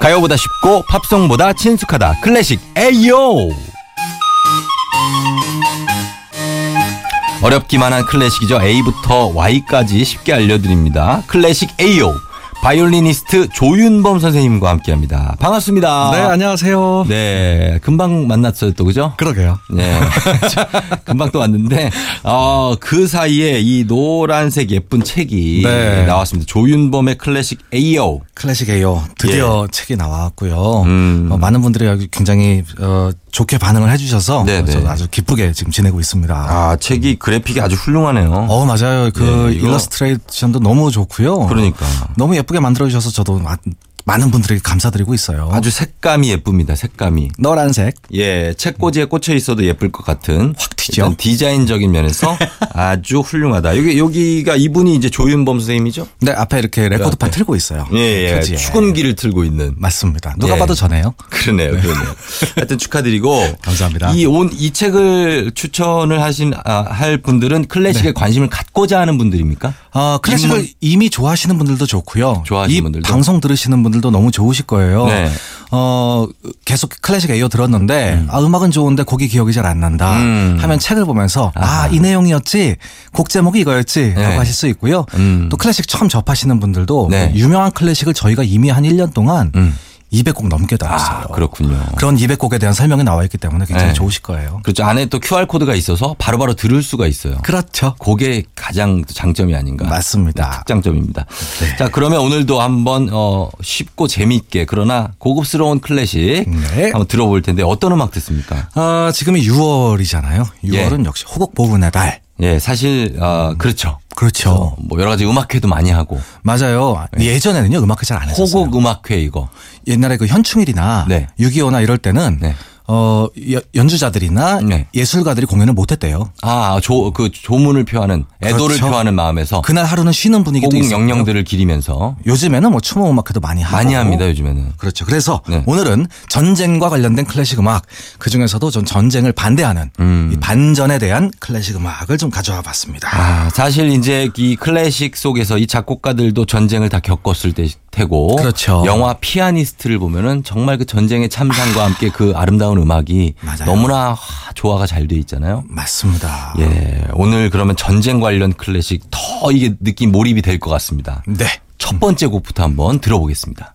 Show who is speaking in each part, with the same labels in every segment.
Speaker 1: 팝송보다 쉽고 팝송보다 친숙하다. 클래식 에이요. 어렵기만 한 클래식이죠. A부터 Y까지 쉽게 알려드립니다. 클래식 A요. 바이올리니스트 조윤범 선생님과 함께합니다. 반갑습니다.
Speaker 2: 네, 안녕하세요.
Speaker 1: 네, 금방 만났어요, 또 그죠?
Speaker 2: 그러게요.
Speaker 1: 네, 자, 금방 또 왔는데 어, 그 사이에 이 노란색 예쁜 책이
Speaker 2: 네.
Speaker 1: 나왔습니다. 조윤범의 클래식 AO.
Speaker 2: 클래식 에요 드디어 책이 나왔고요.
Speaker 1: 예. 음.
Speaker 2: 어, 많은 분들이 아주 굉장히 어, 좋게 반응을 해주셔서
Speaker 1: 네, 네.
Speaker 2: 저는 아주 기쁘게 지금 지내고 있습니다.
Speaker 1: 아, 책이 그래픽이 아주 훌륭하네요.
Speaker 2: 어 맞아요. 그
Speaker 1: 예, 이거-
Speaker 2: 일러스트레이션도 너무 좋고요.
Speaker 1: 그러니까.
Speaker 2: 너무 예쁘게 만들어 주셔서 저도 마- 많은 분들에게 감사드리고 있어요.
Speaker 1: 아주 색감이 예쁩니다. 색감이.
Speaker 2: 노란색.
Speaker 1: 예, 책꽂이에 꽂혀 있어도 예쁠 것 같은
Speaker 2: 확 튀죠?
Speaker 1: 일단 디자인적인 면에서 아주 훌륭하다. 여기 여기가 이분이 이제 조윤범 선생님이죠?
Speaker 2: 네 앞에 이렇게 레코드판 틀고 있어요.
Speaker 1: 예, 예.
Speaker 2: 표지에.
Speaker 1: 추근기를 들고 있는
Speaker 2: 맞습니다. 누가
Speaker 1: 예.
Speaker 2: 봐도 전해요.
Speaker 1: 그러네요, 그러네요. 하여튼 축하드리고
Speaker 2: 감사합니다.
Speaker 1: 이 온 이 책을 추천을 하신 아, 할 분들은
Speaker 2: 네.
Speaker 1: 클래식에 관심을 갖고자 하는 분들입니까?
Speaker 2: 아, 클래식을 이미 좋아하시는 분들도 좋고요.
Speaker 1: 좋아하시는
Speaker 2: 이
Speaker 1: 분들도?
Speaker 2: 방송 들으시는 분들도 너무 좋으실 거예요.
Speaker 1: 네.
Speaker 2: 어, 계속 클래식 에이어 들었는데 아, 음악은 좋은데 곡이 기억이 잘 안 난다
Speaker 1: 음.
Speaker 2: 하면 책을 보면서 아, 이 내용이었지. 곡 제목이 이거였지.
Speaker 1: 네.
Speaker 2: 라고 하실 수 있고요.
Speaker 1: 음.
Speaker 2: 또 클래식 처음 접하시는 분들도
Speaker 1: 네. 음.
Speaker 2: 그 유명한 클래식을 저희가 이미 한 1년 동안 200곡 넘게 다뤘어요.
Speaker 1: 아, 그렇군요.
Speaker 2: 그런 200곡에 대한 설명이 나와 있기 때문에 굉장히
Speaker 1: 네.
Speaker 2: 좋으실 거예요.
Speaker 1: 그렇죠. 안에 또 QR 코드가 있어서 바로바로 들을 수가 있어요.
Speaker 2: 그렇죠.
Speaker 1: 그게 가장 장점이 아닌가. 네,
Speaker 2: 맞습니다. 네.
Speaker 1: 특장점입니다. 자, 그러면 오늘도 한번 어, 쉽고 재미있게 그러나 고급스러운 클래식
Speaker 2: 네.
Speaker 1: 한번 들어볼 텐데 어떤 음악 듣습니까?
Speaker 2: 아, 지금이 6월이잖아요. 6월은 역시 호국보훈의 달.
Speaker 1: 예, 사실 어, 그렇죠.
Speaker 2: 그렇죠.
Speaker 1: 뭐 여러 가지 음악회도 많이 하고
Speaker 2: 맞아요.
Speaker 1: 네.
Speaker 2: 예전에는요 음악회 잘 안 했었어요.
Speaker 1: 호곡 음악회 이거.
Speaker 2: 옛날에 그 현충일이나
Speaker 1: 네.
Speaker 2: 6.25나 이럴 때는
Speaker 1: 네.
Speaker 2: 어 여- 연주자들이나
Speaker 1: 네.
Speaker 2: 예술가들이 공연을 못했대요.
Speaker 1: 아, 조, 그 조문을 표하는 애도를
Speaker 2: 그렇죠.
Speaker 1: 표하는 마음에서
Speaker 2: 그날 하루는 쉬는 분위기도
Speaker 1: 호국
Speaker 2: 있었고요.
Speaker 1: 영령들을 기리면서
Speaker 2: 요즘에는 뭐 추모 음악회도 많이 하고
Speaker 1: 많이 합니다 요즘에는.
Speaker 2: 그렇죠. 그래서
Speaker 1: 네.
Speaker 2: 오늘은 전쟁과 관련된 클래식 음악 그 중에서도 전 전쟁을 반대하는 이 반전에 대한 클래식 음악을 좀 가져와 봤습니다.
Speaker 1: 음. 아, 사실 이제 이 클래식 속에서 이 작곡가들도 전쟁을 다 겪었을 때- 테고
Speaker 2: 그렇죠.
Speaker 1: 영화 피아니스트를 보면은 정말 그 전쟁의 참상과 함께 그 아름다운 음악이
Speaker 2: 맞아요.
Speaker 1: 너무나 화- 조화가 잘 돼 있잖아요.
Speaker 2: 맞습니다.
Speaker 1: 예. 오늘 그러면 전쟁 관련 클래식 더 이게 느낌 몰입이 될 것 같습니다.
Speaker 2: 네.
Speaker 1: 첫 번째 곡부터 한번 들어보겠습니다.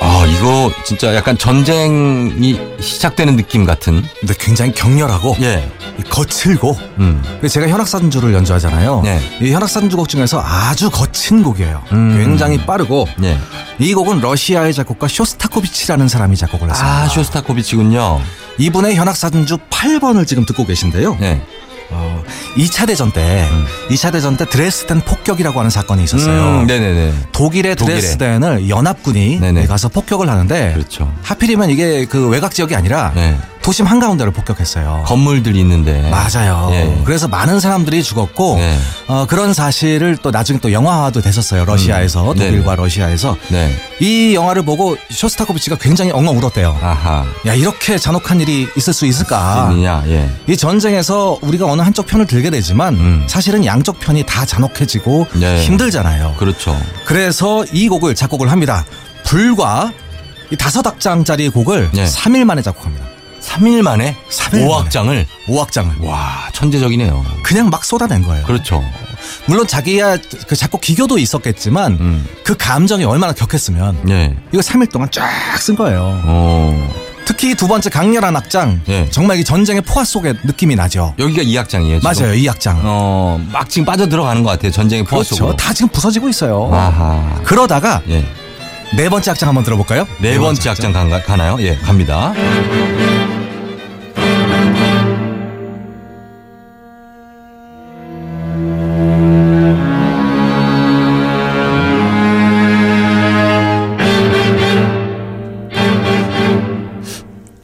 Speaker 1: 아, 이거 진짜 약간 전쟁이 시작되는 느낌 같은.
Speaker 2: 근데 굉장히 격렬하고
Speaker 1: 예.
Speaker 2: 거칠고
Speaker 1: 음.
Speaker 2: 그래서 제가 현악산주를 연주하잖아요.
Speaker 1: 네.
Speaker 2: 이 현악산주곡 중에서 아주 거친 곡이에요.
Speaker 1: 음.
Speaker 2: 굉장히 빠르고
Speaker 1: 예.
Speaker 2: 이 곡은 러시아의 작곡가 쇼스타코비치라는 사람이 작곡을 했습니다.
Speaker 1: 아, 쇼스타코비치군요.
Speaker 2: 이분의 현악산주 8번을 지금 듣고 계신데요.
Speaker 1: 예.
Speaker 2: 어, 2차 대전 때,
Speaker 1: 음.
Speaker 2: 2차 대전 때 드레스덴 폭격이라고 하는 사건이 있었어요.
Speaker 1: 음, 네네네.
Speaker 2: 독일의
Speaker 1: 독일에.
Speaker 2: 드레스덴을 연합군이
Speaker 1: 네네.
Speaker 2: 가서 폭격을 하는데
Speaker 1: 그렇죠.
Speaker 2: 하필이면 이게 그 외곽 지역이 아니라
Speaker 1: 예.
Speaker 2: 도심 한가운데를 폭격했어요.
Speaker 1: 건물들이 있는데.
Speaker 2: 맞아요.
Speaker 1: 예.
Speaker 2: 그래서 많은 사람들이 죽었고
Speaker 1: 네.
Speaker 2: 어, 그런 사실을 또 나중에 또 영화화도 됐었어요. 러시아에서
Speaker 1: 음.
Speaker 2: 독일과 러시아에서
Speaker 1: 네.
Speaker 2: 이 영화를 보고 쇼스타코비치가 굉장히 엉엉 울었대요.
Speaker 1: 아하.
Speaker 2: 야 이렇게 잔혹한 일이 있을 수 있을까?
Speaker 1: 있느냐. 예.
Speaker 2: 이 전쟁에서 우리가 어느 한쪽 편을 들게 되지만
Speaker 1: 음.
Speaker 2: 사실은 양쪽 편이 다 잔혹해지고
Speaker 1: 네.
Speaker 2: 힘들잖아요.
Speaker 1: 그렇죠.
Speaker 2: 그래서 이 곡을 작곡을 합니다. 불과 이 다섯 악장짜리 곡을
Speaker 1: 네.
Speaker 2: 삼 3일 만에 작곡합니다.
Speaker 1: 3일 만에
Speaker 2: 삼일 만에.
Speaker 1: 5악장을
Speaker 2: 5악장을
Speaker 1: 와, 천재적이네요.
Speaker 2: 그냥 막 쏟아낸 거예요.
Speaker 1: 그렇죠.
Speaker 2: 물론 자기야 그 작곡 기교도 있었겠지만
Speaker 1: 음.
Speaker 2: 그 감정이 얼마나 격했으면
Speaker 1: 예.
Speaker 2: 이거 3일 동안 쫙 쓴 거예요.
Speaker 1: 어.
Speaker 2: 특히 두 번째 강렬한 악장
Speaker 1: 예.
Speaker 2: 정말 이 전쟁의 포화 속의 느낌이 나죠.
Speaker 1: 여기가 2악장이에요.
Speaker 2: 맞아요, 이 악장.
Speaker 1: 어, 막 지금 빠져 들어가는 것 같아요. 전쟁의 포화
Speaker 2: 그렇죠.
Speaker 1: 속으로.
Speaker 2: 다 지금 부서지고 있어요.
Speaker 1: 아하.
Speaker 2: 그러다가
Speaker 1: 예.
Speaker 2: 네 번째 악장 한번 들어볼까요?
Speaker 1: 네, 번째 악장 간- 가나요? 예, 갑니다.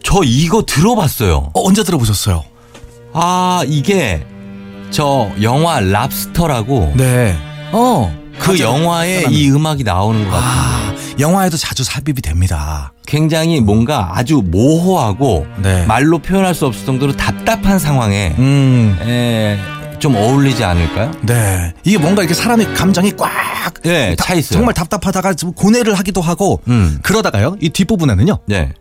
Speaker 1: 저 이거 들어봤어요.
Speaker 2: 어, 언제 들어보셨어요?
Speaker 1: 아, 이게 저 영화 랍스터라고
Speaker 2: 네. 어.
Speaker 1: 그
Speaker 2: 맞아요.
Speaker 1: 영화에
Speaker 2: 편안해.
Speaker 1: 이 음악이 나오는 것 같아요.
Speaker 2: 아, 영화에도 자주 삽입이 됩니다.
Speaker 1: 굉장히 뭔가 아주 모호하고
Speaker 2: 네.
Speaker 1: 말로 표현할 수 없을 정도로 답답한 상황에
Speaker 2: 음.
Speaker 1: 에, 좀 어울리지 않을까요?
Speaker 2: 네. 이게 뭔가 이렇게 사람의 감정이 꽉
Speaker 1: 예,
Speaker 2: 다-
Speaker 1: 차 있어요.
Speaker 2: 정말 답답하다가 좀 고뇌를 하기도 하고
Speaker 1: 음.
Speaker 2: 그러다가요. 이 뒷부분에는요.
Speaker 1: 네.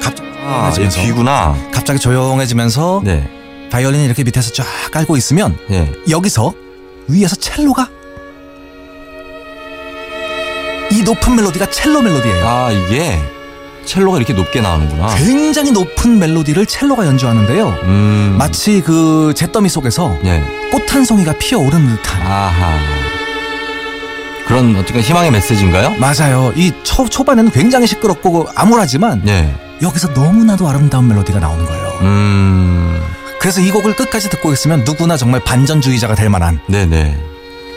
Speaker 2: 갑,
Speaker 1: 아, 이제
Speaker 2: 조용해지면서
Speaker 1: 뒤구나.
Speaker 2: 갑자기 조용해지면서
Speaker 1: 네.
Speaker 2: 바이올린이 이렇게 밑에서 쫙 깔고 있으면
Speaker 1: 네.
Speaker 2: 여기서 위에서 첼로가 이 높은 멜로디가 첼로 멜로디예요.
Speaker 1: 아, 이게 첼로가 이렇게 높게 나오는구나.
Speaker 2: 아. 굉장히 높은 멜로디를 첼로가 연주하는데요.
Speaker 1: 음.
Speaker 2: 마치 그 잿더미 속에서
Speaker 1: 예.
Speaker 2: 꽃 한 송이가 피어오르는 듯한.
Speaker 1: 아하. 그런 어쨌든 희망의 메시지인가요?
Speaker 2: 맞아요. 이 초, 초반에는 굉장히 시끄럽고 암울하지만
Speaker 1: 네.
Speaker 2: 여기서 너무나도 아름다운 멜로디가 나오는 거예요.
Speaker 1: 음.
Speaker 2: 그래서 이 곡을 끝까지 듣고 있으면 누구나 정말 반전주의자가 될 만한
Speaker 1: 네네.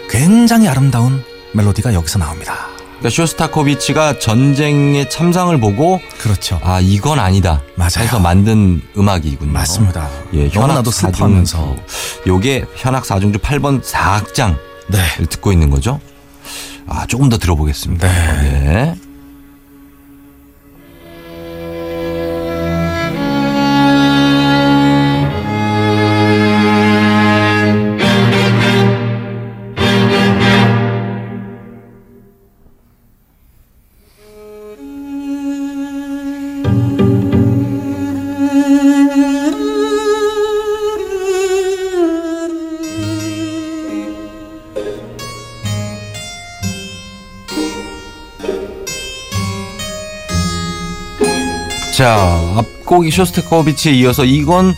Speaker 2: 굉장히 아름다운 멜로디가 여기서 나옵니다.
Speaker 1: 그러니까 쇼스타코비치가 전쟁의 참상을 보고
Speaker 2: 그렇죠.
Speaker 1: 아 이건 아니다
Speaker 2: 맞아요.
Speaker 1: 해서 만든 음악이군요.
Speaker 2: 맞습니다.
Speaker 1: 예,
Speaker 2: 너무나도 음.
Speaker 1: 현악
Speaker 2: 슬퍼하면서.
Speaker 1: 사중주. 요게 현악 사중주 8번 4악장을
Speaker 2: 네.
Speaker 1: 듣고 있는 거죠. 아 조금 더 들어보겠습니다.
Speaker 2: 네.
Speaker 1: 예. 자 앞곡이 쇼스타코비치에 이어서 이건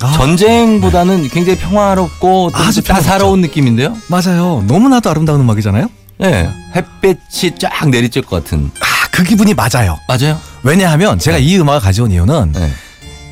Speaker 2: 아.
Speaker 1: 전쟁보다는 굉장히 평화롭고 좀
Speaker 2: 아주
Speaker 1: 따사로운 느낌인데요.
Speaker 2: 맞아요. 너무나도 아름다운 음악이잖아요.
Speaker 1: 예, 햇빛이 쫙 내리쬐 것 같은.
Speaker 2: 아, 그 기분이 맞아요.
Speaker 1: 맞아요.
Speaker 2: 왜냐하면 제가 이 음악을 가져온 이유는
Speaker 1: 예.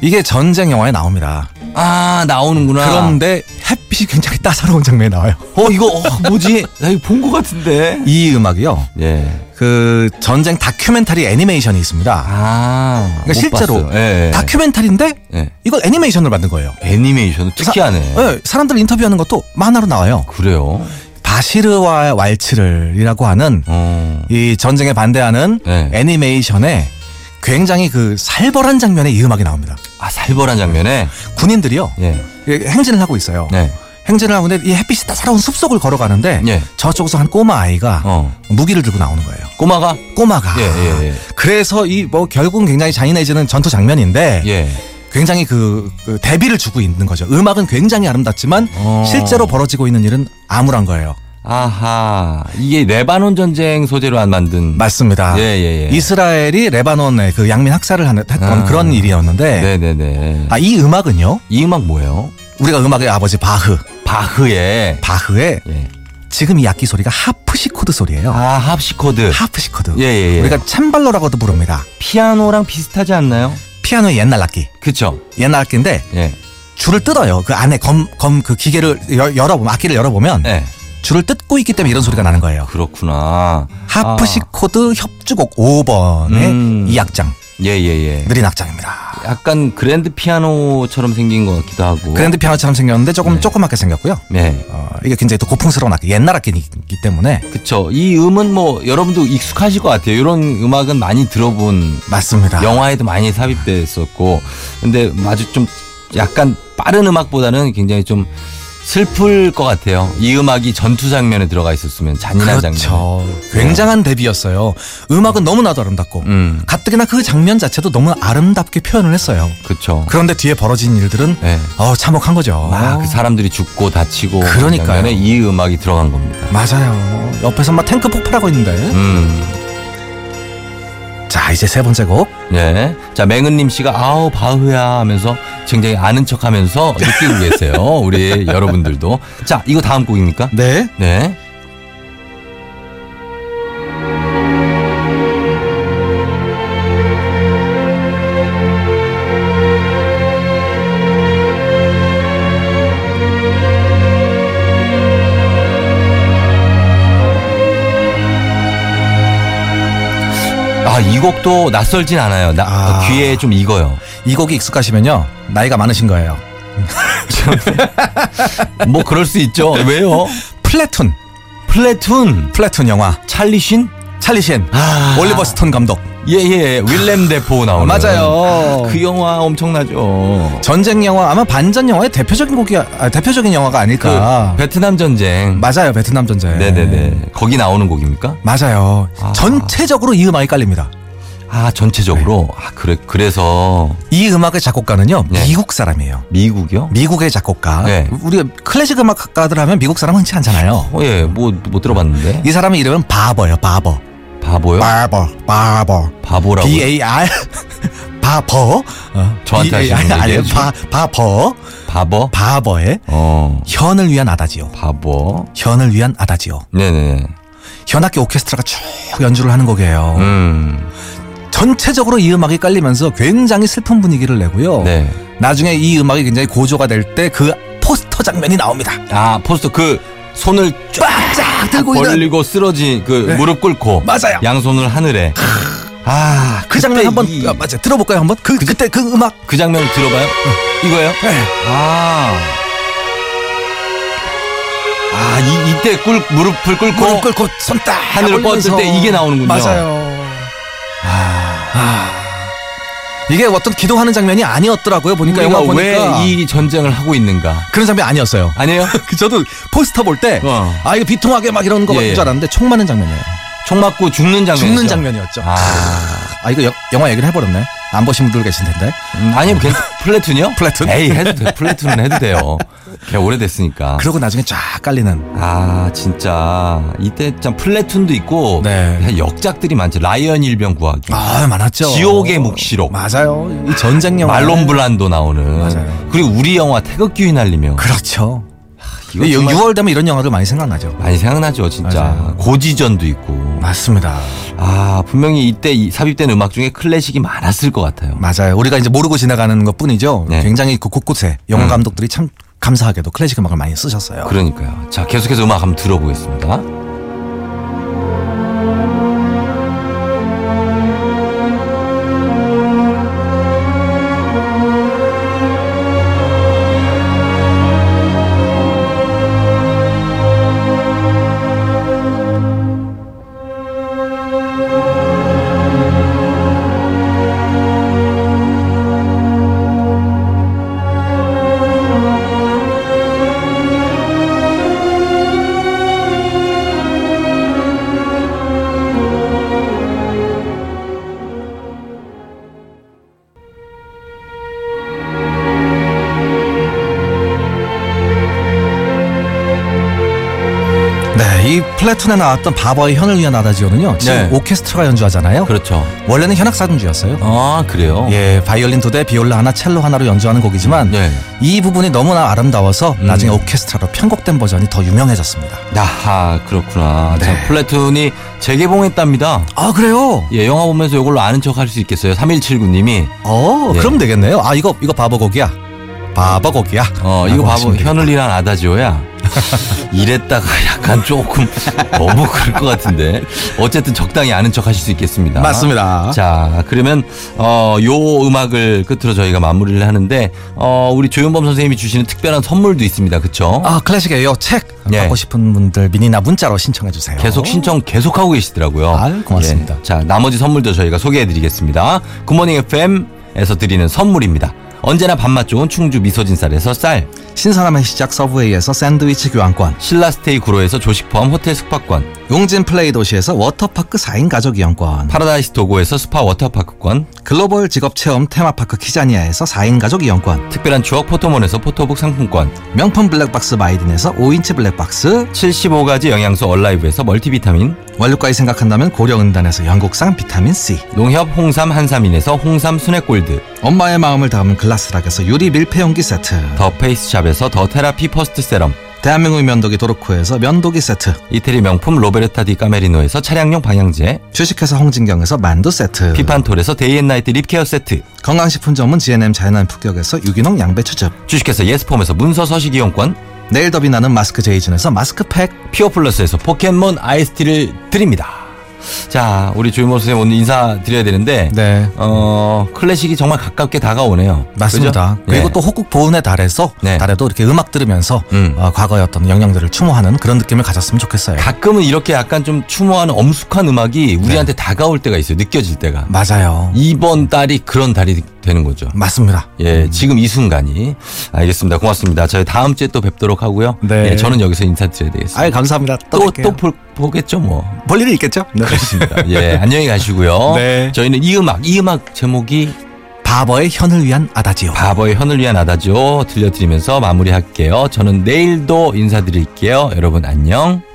Speaker 2: 이게 전쟁 영화에 나옵니다.
Speaker 1: 아 나오는구나.
Speaker 2: 그런데 햇빛이 굉장히 따사로운 장면에 나와요.
Speaker 1: 어 이거
Speaker 2: 아,
Speaker 1: 어, 뭐지? 나 이거 본 것 같은데.
Speaker 2: 이 음악이요.
Speaker 1: 예.
Speaker 2: 그 전쟁 다큐멘터리 애니메이션이 있습니다.
Speaker 1: 아.
Speaker 2: 그러니까
Speaker 1: 못
Speaker 2: 실제로
Speaker 1: 봤어요. 예, 예.
Speaker 2: 다큐멘터리인데
Speaker 1: 예.
Speaker 2: 이걸 애니메이션으로 만든 거예요.
Speaker 1: 애니메이션은 특이하네.
Speaker 2: 예, 사람들 인터뷰하는 것도 만화로 나와요.
Speaker 1: 그래요.
Speaker 2: 바시르와 왈츠를이라고 하는
Speaker 1: 어.
Speaker 2: 이 전쟁에 반대하는
Speaker 1: 네.
Speaker 2: 애니메이션에 굉장히 그 살벌한 장면의 이 음악이 나옵니다.
Speaker 1: 아 살벌한 장면에.
Speaker 2: 군인들이요.
Speaker 1: 예.
Speaker 2: 예, 행진을 하고 있어요.
Speaker 1: 네.
Speaker 2: 행진을 하고 있는데 이 햇빛이 따사로운 숲속을 걸어가는데
Speaker 1: 예.
Speaker 2: 저쪽에서 한 꼬마 아이가
Speaker 1: 어.
Speaker 2: 무기를 들고 나오는 거예요.
Speaker 1: 꼬마가.
Speaker 2: 꼬마가.
Speaker 1: 예, 예, 예.
Speaker 2: 그래서 이 뭐 결국은 굉장히 잔인해지는 전투 장면인데
Speaker 1: 예.
Speaker 2: 굉장히 그, 그 대비를 주고 있는 거죠. 음악은 굉장히 아름답지만
Speaker 1: 어.
Speaker 2: 실제로 벌어지고 있는 일은 암울한 거예요.
Speaker 1: 아하. 이게 레바논 전쟁 소재로 안 만든.
Speaker 2: 맞습니다.
Speaker 1: 예, 예, 예.
Speaker 2: 이스라엘이 레바논의 그 양민 학살을 하는- 했던
Speaker 1: 아.
Speaker 2: 그런 일이었는데
Speaker 1: 네, 네, 네.
Speaker 2: 아, 이 음악은요.
Speaker 1: 이 음악 뭐예요?
Speaker 2: 우리가 음악의 아버지 바흐,
Speaker 1: 바흐의.
Speaker 2: 바흐의
Speaker 1: 예.
Speaker 2: 지금 이 악기 소리가 하프시코드 소리예요.
Speaker 1: 아 합시코드.
Speaker 2: 하프시코드.
Speaker 1: 예, 예, 예.
Speaker 2: 우리가 챔발로라고도 부릅니다.
Speaker 1: 피아노랑 비슷하지 않나요?
Speaker 2: 피아노의 옛날 악기.
Speaker 1: 그쵸.
Speaker 2: 옛날 악기인데
Speaker 1: 예.
Speaker 2: 줄을 뜯어요. 그 안에 검 검 그 기계를 여- 열어보면 악기를 열어보면
Speaker 1: 예.
Speaker 2: 줄을 뜯고 있기 때문에 이런 소리가 나는 거예요.
Speaker 1: 그렇구나. 아,
Speaker 2: 하프시코드 협주곡 5번의
Speaker 1: 음.
Speaker 2: 이 악장
Speaker 1: 예, 예, 예.
Speaker 2: 느린 악장입니다.
Speaker 1: 약간 그랜드 피아노처럼 생긴 것 같기도 하고.
Speaker 2: 그랜드 피아노처럼 생겼는데 조금
Speaker 1: 네.
Speaker 2: 조그맣게 생겼고요.
Speaker 1: 네.
Speaker 2: 어, 이게 굉장히 또 고풍스러운 악기, 옛날 악기이기 때문에
Speaker 1: 그쵸. 이 음은 뭐 여러분도 익숙하실 것 같아요. 이런 음악은 많이 들어본
Speaker 2: 맞습니다.
Speaker 1: 영화에도 많이 삽입됐었고. 근데 아주 좀 약간 빠른 음악보다는 굉장히 좀 슬플 것 같아요. 이 음악이 전투 장면에 들어가 있었으면 잔인한 장면.
Speaker 2: 그렇죠. 굉장한 데뷔였어요. 음악은 너무나도 아름답고
Speaker 1: 음.
Speaker 2: 가뜩이나 그 장면 자체도 너무 아름답게 표현을 했어요.
Speaker 1: 그쵸.
Speaker 2: 그런데 뒤에 벌어진 일들은
Speaker 1: 예.
Speaker 2: 어, 참혹한 거죠.
Speaker 1: 막 그 사람들이 죽고 다치고
Speaker 2: 그러니까요.
Speaker 1: 장면에 이 음악이 들어간 겁니다.
Speaker 2: 맞아요. 옆에서 막 탱크 폭발하고 있는데.
Speaker 1: 음.
Speaker 2: 자 이제 세 번째 곡.
Speaker 1: 예. 자, 맹은님 씨가 아우 바흐야 하면서 굉장히 아는 척 하면서 느끼고 계세요. 우리 여러분들도. 자, 이거 다음 곡입니까?
Speaker 2: 네.
Speaker 1: 네. 아, 이 곡도 낯설진 않아요. 나,
Speaker 2: 아.
Speaker 1: 귀에 좀 익어요.
Speaker 2: 이 곡이 익숙하시면요 나이가 많으신 거예요.
Speaker 1: 뭐 그럴 수 있죠. 왜요?
Speaker 2: 플래툰.
Speaker 1: 플래툰
Speaker 2: 플래툰 영화.
Speaker 1: 찰리 신?
Speaker 2: 찰리 신.
Speaker 1: 아.
Speaker 2: 올리버 스톤 감독.
Speaker 1: 예예 윌렘 데포 나오는
Speaker 2: 맞아요.
Speaker 1: 그 영화 엄청나죠.
Speaker 2: 전쟁 영화 아마 반전 영화의 대표적인 곡이 아, 대표적인
Speaker 1: 그
Speaker 2: 영화가 아닐까.
Speaker 1: 베트남 전쟁.
Speaker 2: 맞아요. 베트남 전쟁.
Speaker 1: 그 네네네. 거기 나오는 곡입니까?
Speaker 2: 맞아요.
Speaker 1: 아.
Speaker 2: 전체적으로 이 음악이 깔립니다.
Speaker 1: 아 전체적으로 아 그래 그래서
Speaker 2: 이 음악의 작곡가는요
Speaker 1: 네.
Speaker 2: 미국 사람이에요.
Speaker 1: 미국이요?
Speaker 2: 미국의 작곡가.
Speaker 1: 네.
Speaker 2: 우리가 클래식 음악가들 하면 미국 사람 흔치 않잖아요.
Speaker 1: 어, 예, 뭐 못 들어봤는데
Speaker 2: 이 사람의 이름은 바버예요. 바버.
Speaker 1: 바보요?
Speaker 2: 바버. 바버.
Speaker 1: 네. 바보라고.
Speaker 2: B A R 바버. 어.
Speaker 1: 저한테
Speaker 2: B A R
Speaker 1: 하시는
Speaker 2: 아니에요.
Speaker 1: 얘기예요,
Speaker 2: 바 바버.
Speaker 1: 바보?
Speaker 2: 바버의
Speaker 1: 어
Speaker 2: 현을 위한 아다지오.
Speaker 1: 바보.
Speaker 2: 현을 위한 아다지오.
Speaker 1: 네네.
Speaker 2: 현악기 오케스트라가 쭉 연주를 하는 곡이에요.
Speaker 1: 음.
Speaker 2: 전체적으로 이 음악이 깔리면서 굉장히 슬픈 분위기를 내고요.
Speaker 1: 네.
Speaker 2: 나중에 이 음악이 굉장히 고조가 될 때 그 포스터 장면이 나옵니다.
Speaker 1: 아 포스터 그 손을
Speaker 2: 쫙 들고 있는
Speaker 1: 벌리고 쓰러진 그
Speaker 2: 네.
Speaker 1: 무릎 꿇고
Speaker 2: 맞아요.
Speaker 1: 양손을 하늘에. 아,
Speaker 2: 그 장면 한번
Speaker 1: 이-
Speaker 2: 아, 맞아 들어볼까요 한번? 그 예, 그때 그 음악. 네.
Speaker 1: 그 장면을 들어봐요. 이거요? 아. 아, 이, 이때 꿀, 무릎을 꿇고
Speaker 2: 무릎 꿇고 손 딱
Speaker 1: 하늘을
Speaker 2: 올리면서.
Speaker 1: 뻗을 때 이게 나오는군요.
Speaker 2: 맞아요. 아. 이게 어떤 기도하는 장면이 아니었더라고요. 보니까 그러니까 영화
Speaker 1: 우리가
Speaker 2: 보니까
Speaker 1: 왜 이 전쟁을 하고 있는가?
Speaker 2: 그런 장면 아니었어요.
Speaker 1: 아니에요?
Speaker 2: 그 저도 포스터 볼 때 아
Speaker 1: 어.
Speaker 2: 이거 비통하게 막 이런 거
Speaker 1: 예,
Speaker 2: 같은
Speaker 1: 예.
Speaker 2: 줄 알았는데 총 맞는 장면이에요.
Speaker 1: 총 맞고 죽는 장면.
Speaker 2: 죽는 장면이었죠.
Speaker 1: 아.
Speaker 2: 아 이거 여- 영화 얘기를 해버렸네. 안 보신 분들 계신 텐데.
Speaker 1: 음, 아니면 걔 플래툰이요?
Speaker 2: 플래툰?
Speaker 1: 에이, 해도 돼. 플래툰은 해도 돼요. 걔 오래됐으니까.
Speaker 2: 그러고 나중에 쫙 깔리는.
Speaker 1: 아, 진짜. 이때 참 플래툰도 있고
Speaker 2: 네.
Speaker 1: 역작들이 많죠. 라이언 일병 구하기.
Speaker 2: 아 많았죠.
Speaker 1: 지옥의 묵시록.
Speaker 2: 맞아요. 이 전쟁 영화.
Speaker 1: 말론 블란도 나오는.
Speaker 2: 맞아요.
Speaker 1: 그리고 우리 영화 태극기 휘날리며.
Speaker 2: 그렇죠.
Speaker 1: 이거
Speaker 2: 이
Speaker 1: 정말
Speaker 2: 6월 되면 이런 영화들 많이 생각나죠.
Speaker 1: 많이 생각나죠, 진짜.
Speaker 2: 맞아요.
Speaker 1: 고지전도 있고.
Speaker 2: 맞습니다.
Speaker 1: 아, 분명히 이때 이- 삽입된 음악 중에 클래식이 많았을 것 같아요.
Speaker 2: 맞아요. 우리가 이제 모르고 지나가는 것 뿐이죠.
Speaker 1: 네.
Speaker 2: 굉장히 그 곳곳에 영화
Speaker 1: 음.
Speaker 2: 감독들이 참 감사하게도 클래식 음악을 많이 쓰셨어요.
Speaker 1: 그러니까요. 자, 계속해서 음악 한번 들어보겠습니다.
Speaker 2: 네, 이 플래툰에 나왔던 바버의 현을 위한 아다지오는요. 지금
Speaker 1: 네.
Speaker 2: 오케스트라가 연주하잖아요.
Speaker 1: 그렇죠.
Speaker 2: 원래는 현악 사중주였어요.
Speaker 1: 아, 그래요?
Speaker 2: 예, 바이올린 두 대, 비올라 하나, 첼로 하나로 연주하는 곡이지만
Speaker 1: 네.
Speaker 2: 이 부분이 너무나 아름다워서
Speaker 1: 음.
Speaker 2: 나중에 오케스트라로 편곡된 버전이 더 유명해졌습니다.
Speaker 1: 아하, 그렇구나. 자,
Speaker 2: 네.
Speaker 1: 플래툰이 재개봉했답니다.
Speaker 2: 아, 그래요?
Speaker 1: 예, 영화 보면서 이걸로 아는 척 할 수 있겠어요. 3179님이.
Speaker 2: 어,
Speaker 1: 예.
Speaker 2: 그럼 되겠네요. 아, 이거 이거 바버 곡이야. 바버 곡이야.
Speaker 1: 어, 이거
Speaker 2: 라고
Speaker 1: 봐봐.
Speaker 2: 하시면 되겠다.
Speaker 1: 현을이란 아다지오야. 이랬다가 약간 조금 너무 그럴 것 같은데. 어쨌든 적당히 아는 척 하실 수 있겠습니다.
Speaker 2: 맞습니다.
Speaker 1: 자, 그러면 어, 요 음악을 끝으로 저희가 마무리를 하는데 어, 우리 조윤범 선생님이 주시는 특별한 선물도 있습니다. 그쵸?
Speaker 2: 아, 클래식이에요. 책
Speaker 1: 예.
Speaker 2: 갖고 싶은 분들 미니나 문자로 신청해 주세요.
Speaker 1: 계속 신청 계속하고 계시더라고요.
Speaker 2: 어. 아유, 고맙습니다.
Speaker 1: 예. 자, 나머지 선물도 저희가 소개해드리겠습니다. 굿모닝 FM에서 드리는 선물입니다. 언제나 밥맛 좋은 충주 미소진 쌀에서 쌀,
Speaker 2: 신선함의 시작 서브웨이에서 샌드위치 교환권,
Speaker 1: 신라스테이 구로에서 조식 포함 호텔 숙박권,
Speaker 2: 용진 플레이 도시에서 워터파크 4인 가족 이용권,
Speaker 1: 파라다이스 도고에서 스파 워터파크권,
Speaker 2: 글로벌 직업 체험 테마파크 키자니아에서 4인 가족 이용권,
Speaker 1: 특별한 추억 포토몬에서 포토북 상품권,
Speaker 2: 명품 블랙박스 마이딘에서 5인치 블랙박스,
Speaker 1: 75가지 영양소 얼라이브에서 멀티비타민,
Speaker 2: 원료까지 생각한다면 고려은단에서 영국산 비타민 C,
Speaker 1: 농협 홍삼 한삼인에서 홍삼 순액골드,
Speaker 2: 엄마의 마음을 담은 글라스락에서 유리 밀폐용기 세트
Speaker 1: 더 페이스샵에서 더 테라피 퍼스트 세럼,
Speaker 2: 대한민국 면도기 도르코에서 면도기 세트
Speaker 1: 이태리 명품 로베르타 디 까메리노에서 차량용 방향제,
Speaker 2: 주식회사 홍진경에서 만두 세트
Speaker 1: 피판톨에서 데이앤나이트 립케어 세트,
Speaker 2: 건강식품 전문 GNM 자연한 품격에서 유기농 양배추즙
Speaker 1: 주식회사 예스폼에서 문서 서식 이용권,
Speaker 2: 내일 더비 나는 마스크 제이준에서 마스크팩
Speaker 1: 피어플러스에서 포켓몬 아이스티를 드립니다. 자, 우리 조윤모 선생님 오늘 인사드려야 되는데
Speaker 2: 네.
Speaker 1: 어, 클래식이 정말 가깝게 다가오네요.
Speaker 2: 맞습니다.
Speaker 1: 그죠?
Speaker 2: 그리고
Speaker 1: 예.
Speaker 2: 또 호국 보훈의 달에서
Speaker 1: 네.
Speaker 2: 달에도 이렇게 음악 들으면서
Speaker 1: 음.
Speaker 2: 어, 과거의 어떤 영향들을 추모하는 그런 느낌을 가졌으면 좋겠어요.
Speaker 1: 가끔은 이렇게 약간 좀 추모하는 엄숙한
Speaker 2: 네.
Speaker 1: 음악이 우리한테 다가올 때가 있어요. 느껴질 때가.
Speaker 2: 맞아요.
Speaker 1: 이번 달이 그런 달이 되는 거죠.
Speaker 2: 맞습니다.
Speaker 1: 예, 지금 이 순간이. 알겠습니다. 고맙습니다. 저희 다음 주에 또 뵙도록 하고요.
Speaker 2: 네.
Speaker 1: 예, 저는 여기서 인사드려야 되겠습니다.
Speaker 2: 아유 감사합니다.
Speaker 1: 또,
Speaker 2: 뵐게요.
Speaker 1: 또 볼- 보겠죠, 뭐.
Speaker 2: 볼 일이 있겠죠?
Speaker 1: 그렇습니다. 예, 안녕히 가시고요.
Speaker 2: 네.
Speaker 1: 저희는 이 음악, 이 음악 제목이
Speaker 2: 바버의 현을 위한 아다지오.
Speaker 1: 바보의 현을 위한 아다죠. 들려드리면서 마무리할게요. 저는 내일도 인사드릴게요. 여러분 안녕.